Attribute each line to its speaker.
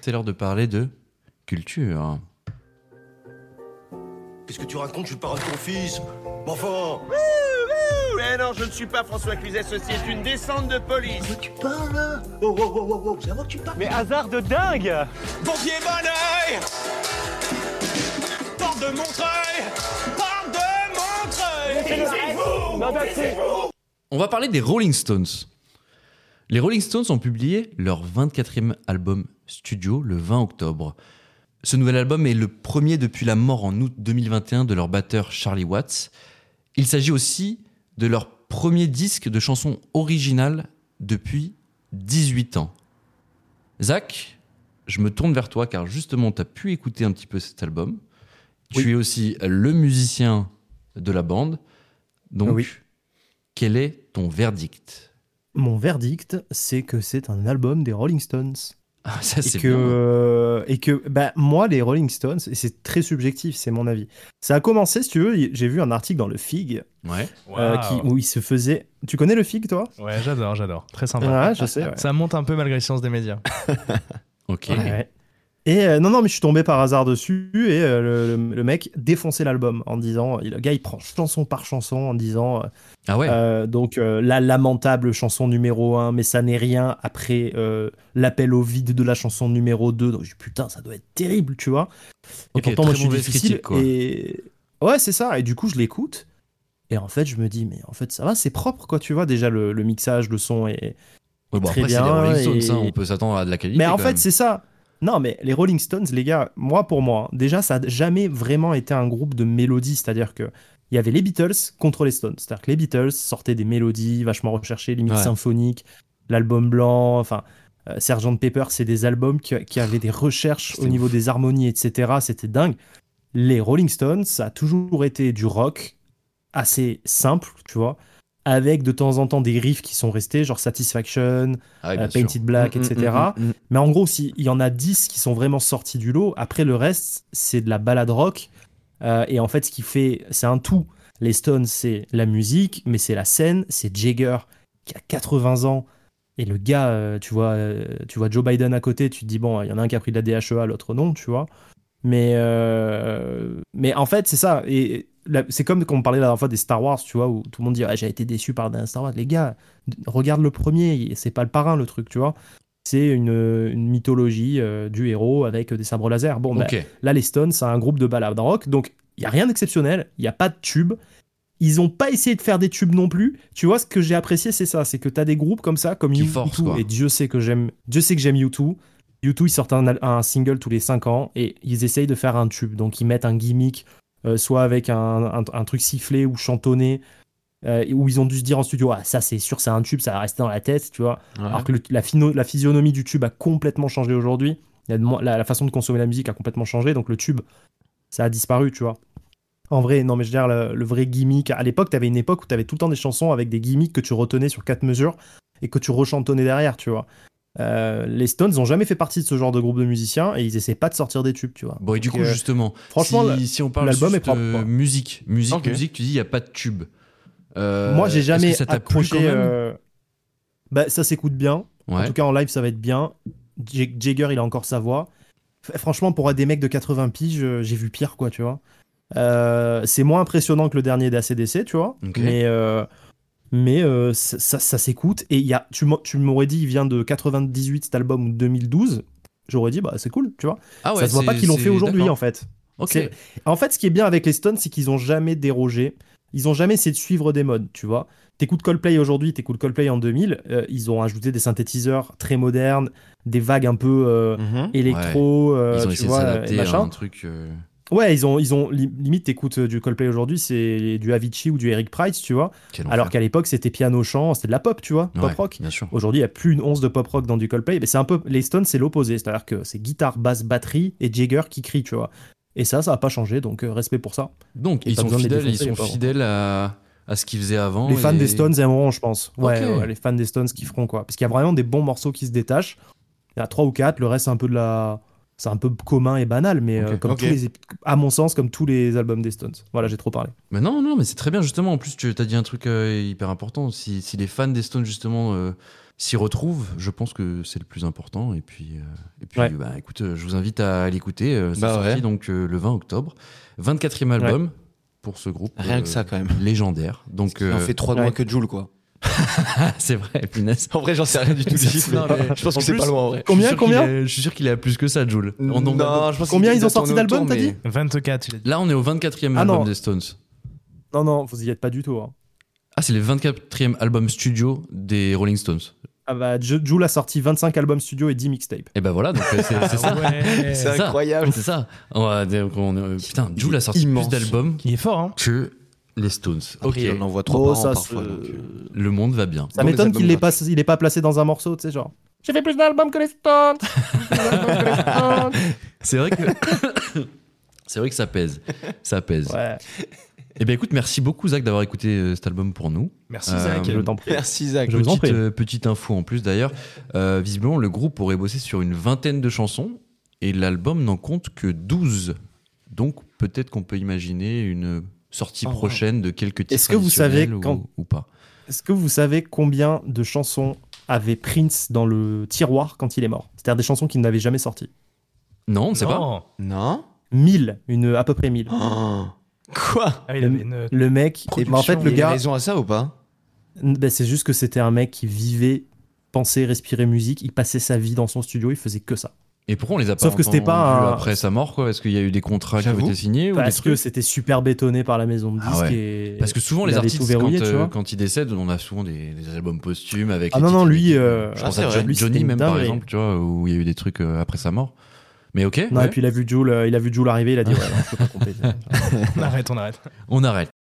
Speaker 1: c'est l'heure de parler de culture.
Speaker 2: Qu'est-ce que tu racontes Je suis le parrain de ton fils. Mais enfin
Speaker 3: Mais non, je ne suis pas François Cluzet, ceci est une descente de police.
Speaker 2: Mais tu parles là Oh, oh, oh, oh, oh, c'est à moi que tu parles
Speaker 4: Mais hasard de dingue
Speaker 5: Portier Bonneuil Porte de Montreuil Porte de Montreuil
Speaker 3: C'est vous
Speaker 4: Non, d'accord, c'est-
Speaker 1: On va parler des Rolling Stones. Les Rolling Stones ont publié leur 24e album studio le 20 octobre. Ce nouvel album est le premier depuis la mort en août 2021 de leur batteur Charlie Watts. Il s'agit aussi de leur premier disque de chansons originales depuis 18 ans. Zach, je me tourne vers toi car justement tu as pu écouter un petit peu cet album. Tu es aussi le musicien de la bande. Donc
Speaker 6: Oui.
Speaker 1: quel est ton verdict
Speaker 6: Mon verdict, c'est que c'est un album des Rolling Stones.
Speaker 1: Ah, ça
Speaker 6: et
Speaker 1: c'est
Speaker 6: que, euh, et que bah, moi, les Rolling Stones, et c'est très subjectif, c'est mon avis. Ça a commencé, si tu veux, y- j'ai vu un article dans le Fig
Speaker 1: bien. Ouais.
Speaker 6: euh,
Speaker 7: Waouh.
Speaker 6: qui, où il se faisait. Tu connais le Fig, toi
Speaker 7: Ouais, j'adore, j'adore. Très sympa.
Speaker 6: Ouais, je sais. ouais.
Speaker 7: Ça monte un peu malgré le silence des médias.
Speaker 1: Ok.
Speaker 6: Ouais. Et euh, non, non, mais je suis tombé par hasard dessus et euh, le- le, le mec défonçait l'album en disant, le gars il prend chanson par chanson en disant, euh,
Speaker 1: Ah ouais.
Speaker 6: euh, donc euh, la lamentable chanson numéro 1, mais ça n'est rien après euh, l'appel au vide de la chanson numéro 2. Donc je dis, putain, ça doit être terrible, tu vois. Et
Speaker 1: Ok,
Speaker 6: pourtant, moi
Speaker 1: très
Speaker 6: je suis
Speaker 1: mauvaise
Speaker 6: difficile.
Speaker 1: critique, quoi.
Speaker 6: Et... Ouais, c'est ça. Et du coup, je l'écoute. Et en fait, je me dis, mais en fait, ça va, c'est propre, quoi, tu vois. Déjà, le, le mixage, le son est,
Speaker 1: Ouais, bon,
Speaker 6: très
Speaker 1: après, c'est les
Speaker 6: bien,
Speaker 1: Rolling Stones,
Speaker 6: et-
Speaker 1: hein, on peut s'attendre à de la qualité.
Speaker 6: mais en
Speaker 1: quand
Speaker 6: fait,
Speaker 1: même.
Speaker 6: c'est ça. Non, mais les Rolling Stones, les gars, moi pour moi, hein, déjà, ça n'a jamais vraiment été un groupe de mélodies. C'est-à-dire que il y avait les Beatles contre les Stones. C'est-à-dire que les Beatles sortaient des mélodies vachement recherchées, limite
Speaker 1: Ouais.
Speaker 6: symphoniques, l'album blanc, enfin. euh, Sgt Pepper, c'est des albums qui, qui avaient des recherches au
Speaker 1: C'était
Speaker 6: niveau des harmonies, etc. C'était dingue. Les Rolling Stones, ça a toujours été du rock assez simple, tu vois, avec de temps en temps des riffs qui sont restés, genre Satisfaction,
Speaker 1: Ah ouais,
Speaker 6: euh,
Speaker 1: bien sûr.
Speaker 6: Painted Black,
Speaker 1: Mm, mm,
Speaker 6: etc.
Speaker 1: mm, mm, mm.
Speaker 6: Mais en gros, s'il y en a 10 qui sont vraiment sortis du lot, après le reste, c'est de la balade rock. Euh, et en fait, ce qui fait, c'est un tout. Les Stones, c'est la musique, mais c'est la scène, c'est Jagger qui a 80 ans. Et le gars, euh, tu, vois, euh, tu vois Joe Biden à côté, tu te dis, bon, il y en a un qui a pris de la DHEA, l'autre non, tu vois. Mais, euh, mais en fait, c'est ça. Et la- c'est comme quand on parlait la dernière fois des Star Wars, tu vois, où tout le monde dit, Ah, j'ai été déçu par le dernier Star Wars. Les gars, regarde le premier, c'est pas le parrain, le truc, tu vois. C'est une, une mythologie euh, du héros avec des sabres laser. Bon, bah,
Speaker 1: Ok.
Speaker 6: Là, les Stones, c'est un groupe de balade rock, donc il n'y a rien d'exceptionnel, il n'y a pas de tube. Ils n'ont pas essayé de faire des tubes non plus. Tu vois, ce que j'ai apprécié, c'est ça, c'est que tu as des groupes comme ça, comme
Speaker 1: Qui
Speaker 6: U2,
Speaker 1: forcent, quoi.
Speaker 6: et Dieu sait que j'aime, Dieu sait que j'aime U2. U2, ils sortent un, al- un single tous les 5 ans, et ils essayent de faire un tube, donc ils mettent un gimmick, euh, soit avec un, un- un truc sifflé ou chantonné, euh, où ils ont dû se dire en studio, ah ça c'est sûr, c'est un tube, ça va rester dans la tête, tu vois. Alors que le- la, phino- la physionomie du tube a complètement changé aujourd'hui. Il y a de moins- La, la façon de consommer la musique a complètement changé, donc le tube, ça a disparu, tu vois. En vrai, non, mais je veux dire, le, le vrai gimmick. À l'époque, t'avais une époque où t'avais tout le temps des chansons avec des gimmicks que tu retenais sur quatre mesures et que tu rechantonnais derrière, tu vois. Euh, les Stones n'ont jamais fait partie de ce genre de groupe de musiciens et ils essaient pas de sortir des tubes, tu vois.
Speaker 1: Bon, et du
Speaker 6: Donc,
Speaker 1: coup,
Speaker 6: euh,
Speaker 1: justement,
Speaker 6: franchement,
Speaker 1: si, si on parle
Speaker 6: l'album
Speaker 1: juste
Speaker 6: est propre,
Speaker 1: de
Speaker 6: quoi.
Speaker 1: musique, musique,
Speaker 7: Ok.
Speaker 1: musique, tu dis il n'y a pas de tube. Euh,
Speaker 6: moi, j'ai
Speaker 1: est-ce que
Speaker 6: jamais
Speaker 1: ça t'a plu
Speaker 6: accroché.
Speaker 1: quand même
Speaker 6: euh, Bah, ça s'écoute bien. En
Speaker 1: Ouais.
Speaker 6: tout cas, en live, ça va être bien. J- Jagger, il a encore sa voix. F- Franchement, pour des mecs de 80 piges, euh, j'ai vu pire, quoi, tu vois. Euh, c'est moins impressionnant que le dernier d'ACDC, tu vois.
Speaker 1: Ok.
Speaker 6: Mais, euh, mais euh, ça, ça- ça s'écoute. Et il y a, tu m'en- tu m'aurais dit, il vient de 98, cet album, ou de 2012. J'aurais dit, bah, c'est cool, tu vois.
Speaker 1: Ah ouais,
Speaker 6: ça se voit
Speaker 1: c'est-
Speaker 6: pas qu'ils l'ont
Speaker 1: c'est-
Speaker 6: fait aujourd'hui,
Speaker 1: d'accord.
Speaker 6: en fait.
Speaker 1: Ok.
Speaker 6: C'est- En fait, ce qui est bien avec les Stones, c'est qu'ils ont jamais dérogé. Ils ont jamais essayé de suivre des modes, tu vois. T'écoutes Coldplay aujourd'hui, t'écoutes Coldplay en 2000. euh, ils ont ajouté des synthétiseurs très modernes, des vagues un peu euh, électro, euh,
Speaker 1: Mhm, Ils ont
Speaker 6: tu
Speaker 1: essayé de
Speaker 6: vois, euh, et
Speaker 1: s'adapter à
Speaker 6: machin.
Speaker 1: un truc. euh,
Speaker 6: Ouais, ils ont, ils ont li- limite t'écoutes euh, du Coldplay aujourd'hui, c'est du Avicii ou du Eric Price, tu vois.
Speaker 1: quel
Speaker 6: Alors
Speaker 1: enfer.
Speaker 6: qu'à l'époque, c'était piano chant, c'était de la pop, tu vois, pop
Speaker 1: Ouais,
Speaker 6: rock.
Speaker 1: Bien sûr.
Speaker 6: Aujourd'hui, il n'y a plus une once de pop rock dans du Coldplay. Mais c'est un peu les Stones, c'est l'opposé. C'est-à-dire que c'est guitare, basse, batterie et Jagger qui crie, tu vois. Et ça, ça n'a pas changé, donc euh, respect pour ça.
Speaker 1: Donc,
Speaker 6: y a
Speaker 1: ils
Speaker 6: pas
Speaker 1: sont
Speaker 6: besoin de les
Speaker 1: fidèles, ils
Speaker 6: défoncer, les
Speaker 1: sont
Speaker 6: pauvres.
Speaker 1: fidèles à à ce qu'ils faisaient avant.
Speaker 6: les fans
Speaker 1: et-
Speaker 6: des Stones aimeront, je pense. Ouais,
Speaker 1: Ok.
Speaker 6: ouais, les fans des Stones qui feront quoi. Parce qu'il y a vraiment des bons morceaux qui se détachent. Il y en a 3 ou 4, le reste c'est un peu de la. c'est un peu commun et banal, mais euh,
Speaker 1: Ok.
Speaker 6: comme
Speaker 4: Ok.
Speaker 6: tous les ép- à mon sens, comme tous les albums des Stones. Voilà, j'ai trop parlé.
Speaker 1: Mais non, non, mais c'est très bien, justement. En plus, tu as dit un truc euh, hyper important. Si, si les fans des Stones, justement, euh, s'y retrouvent, je pense que c'est le plus important. Et puis, euh, et puis
Speaker 6: Ouais.
Speaker 1: bah, écoute, euh, je vous invite à l'écouter. Euh, c'est
Speaker 4: Bah
Speaker 1: sorti
Speaker 4: ouais.
Speaker 1: donc euh, le 20 octobre. 24e album pour ce groupe.
Speaker 4: Rien
Speaker 1: euh,
Speaker 4: que ça, quand même.
Speaker 1: Légendaire. Donc,
Speaker 4: On
Speaker 1: euh,
Speaker 4: fait trois de
Speaker 6: ouais.
Speaker 4: moins que Jules, quoi.
Speaker 1: c'est vrai, punaise.
Speaker 4: En vrai, j'en sais rien du tout du
Speaker 1: Ça,
Speaker 4: chiffre.
Speaker 1: c'est- non, mais-
Speaker 4: Je pense
Speaker 1: en
Speaker 4: que c'est
Speaker 1: plus-
Speaker 4: pas loin, en vrai.
Speaker 1: Je
Speaker 6: Combien,
Speaker 1: suis sûr qu'il
Speaker 6: combien
Speaker 1: est- Je suis sûr qu'il est à plus que ça, Jules. En nombre d'albums.
Speaker 4: Non, je pense
Speaker 6: Combien
Speaker 4: qu'il
Speaker 6: ils ont
Speaker 4: doit
Speaker 6: sorti
Speaker 4: tourner
Speaker 6: d'albums,
Speaker 4: autour,
Speaker 6: t'as
Speaker 4: mais-
Speaker 7: 24, il a dit.
Speaker 1: Là, on est au 24e
Speaker 6: Ah
Speaker 1: album
Speaker 6: non.
Speaker 1: des Stones.
Speaker 6: Non, non, vous y êtes pas du tout. hein.
Speaker 1: Ah, c'est le 24e album studio des Rolling Stones.
Speaker 6: Ah bah, Ju- Jul a sorti 25 albums studio et 10 mixtapes.
Speaker 1: Et ben voilà, donc euh, c'est c'est ça.
Speaker 7: Ouais.
Speaker 4: C'est
Speaker 1: ça.
Speaker 4: incroyable.
Speaker 1: C'est ça. On va- donc, on- euh, putain,
Speaker 4: Ah Il
Speaker 1: Jules a
Speaker 4: est
Speaker 1: sorti
Speaker 4: immense.
Speaker 1: plus d'albums
Speaker 7: Il est fort, hein
Speaker 1: que les Stones. Ok,
Speaker 4: Après, on en voit trois
Speaker 6: Oh,
Speaker 4: par an,
Speaker 6: ça,
Speaker 4: parfois. donc,
Speaker 6: c'est-
Speaker 4: euh.
Speaker 1: le monde va bien.
Speaker 6: Ça
Speaker 4: Dans les
Speaker 6: m'étonne qu'il
Speaker 4: albums
Speaker 6: l'ait pas, il est pas placé dans un morceau, tu sais, genre. J'ai fait plus d'albums que les Stones. Plus d'albums que les Stones.
Speaker 1: C'est vrai que c'est vrai que ça pèse, ça pèse.
Speaker 6: Ouais,
Speaker 1: Eh bien, écoute, merci beaucoup Zach d'avoir écouté euh, cet album pour nous.
Speaker 7: Merci,
Speaker 1: Euh,
Speaker 7: Zach.
Speaker 6: je t'en prie.
Speaker 4: Merci, Zach.
Speaker 6: Je vous en
Speaker 1: Petite,
Speaker 6: prie.
Speaker 1: euh, petite info en plus d'ailleurs, Euh, visiblement le groupe aurait bossé sur une vingtaine de chansons et l'album n'en compte que 12. Donc peut-être qu'on peut imaginer une sortie
Speaker 4: Oh, wow.
Speaker 1: prochaine de quelques titres
Speaker 6: Est-ce que vous savez
Speaker 1: additionnels ou-
Speaker 6: quand-
Speaker 1: ou pas
Speaker 6: Est-ce que vous savez combien de chansons avait Prince dans le tiroir quand il est mort C'est-à-dire des chansons qu'il n'avait jamais sorties.
Speaker 1: Non, on ne sait pas.
Speaker 7: Non.
Speaker 4: Non
Speaker 6: 1000, une, à peu près 1000.
Speaker 4: Oh. Quoi
Speaker 7: Ah, il avait une...
Speaker 6: Le mec, et bah, en fait, le
Speaker 4: Il y a
Speaker 6: gars,
Speaker 4: raison à ça ou pas
Speaker 6: bah, c'est juste que c'était un mec qui vivait, pensait, respirait musique. Il passait sa vie dans son studio, il faisait que ça.
Speaker 1: Et pourquoi on les a pas
Speaker 6: Sauf que c'était
Speaker 1: entendus
Speaker 6: pas un-
Speaker 1: après sa mort quoi Est-ce qu'il y a eu des contrats qui ont
Speaker 4: J'avoue.
Speaker 1: été signés ou des
Speaker 6: Parce que
Speaker 1: trucs
Speaker 6: c'était super bétonné par la maison de disques.
Speaker 1: Ah ouais.
Speaker 6: et...
Speaker 1: Parce que souvent
Speaker 6: il
Speaker 1: les
Speaker 6: avait
Speaker 1: artistes
Speaker 6: tout verrouillé,
Speaker 1: quand,
Speaker 6: tu
Speaker 1: euh,
Speaker 6: vois.
Speaker 1: quand ils décèdent, on a souvent des, des albums posthumes avec.
Speaker 6: Ah
Speaker 1: les
Speaker 6: non,
Speaker 1: titres
Speaker 6: non,
Speaker 1: et
Speaker 6: lui,
Speaker 1: les-
Speaker 6: euh,
Speaker 1: je pense
Speaker 4: ah,
Speaker 1: à
Speaker 4: c'est
Speaker 1: Jo-
Speaker 4: vrai.
Speaker 1: Johnny
Speaker 6: Lui,
Speaker 1: même
Speaker 6: c'était une
Speaker 1: par
Speaker 6: dinguerie.
Speaker 1: exemple, tu vois, où il y a eu des trucs euh, après sa mort. Mais ok. ouais.
Speaker 6: Non,
Speaker 1: Ah
Speaker 6: et puis il a vu Jules, euh, il a vu Jules arriver, il a dit ouais, non, je peux pas compter.
Speaker 7: On arrête, on arrête.
Speaker 1: On arrête.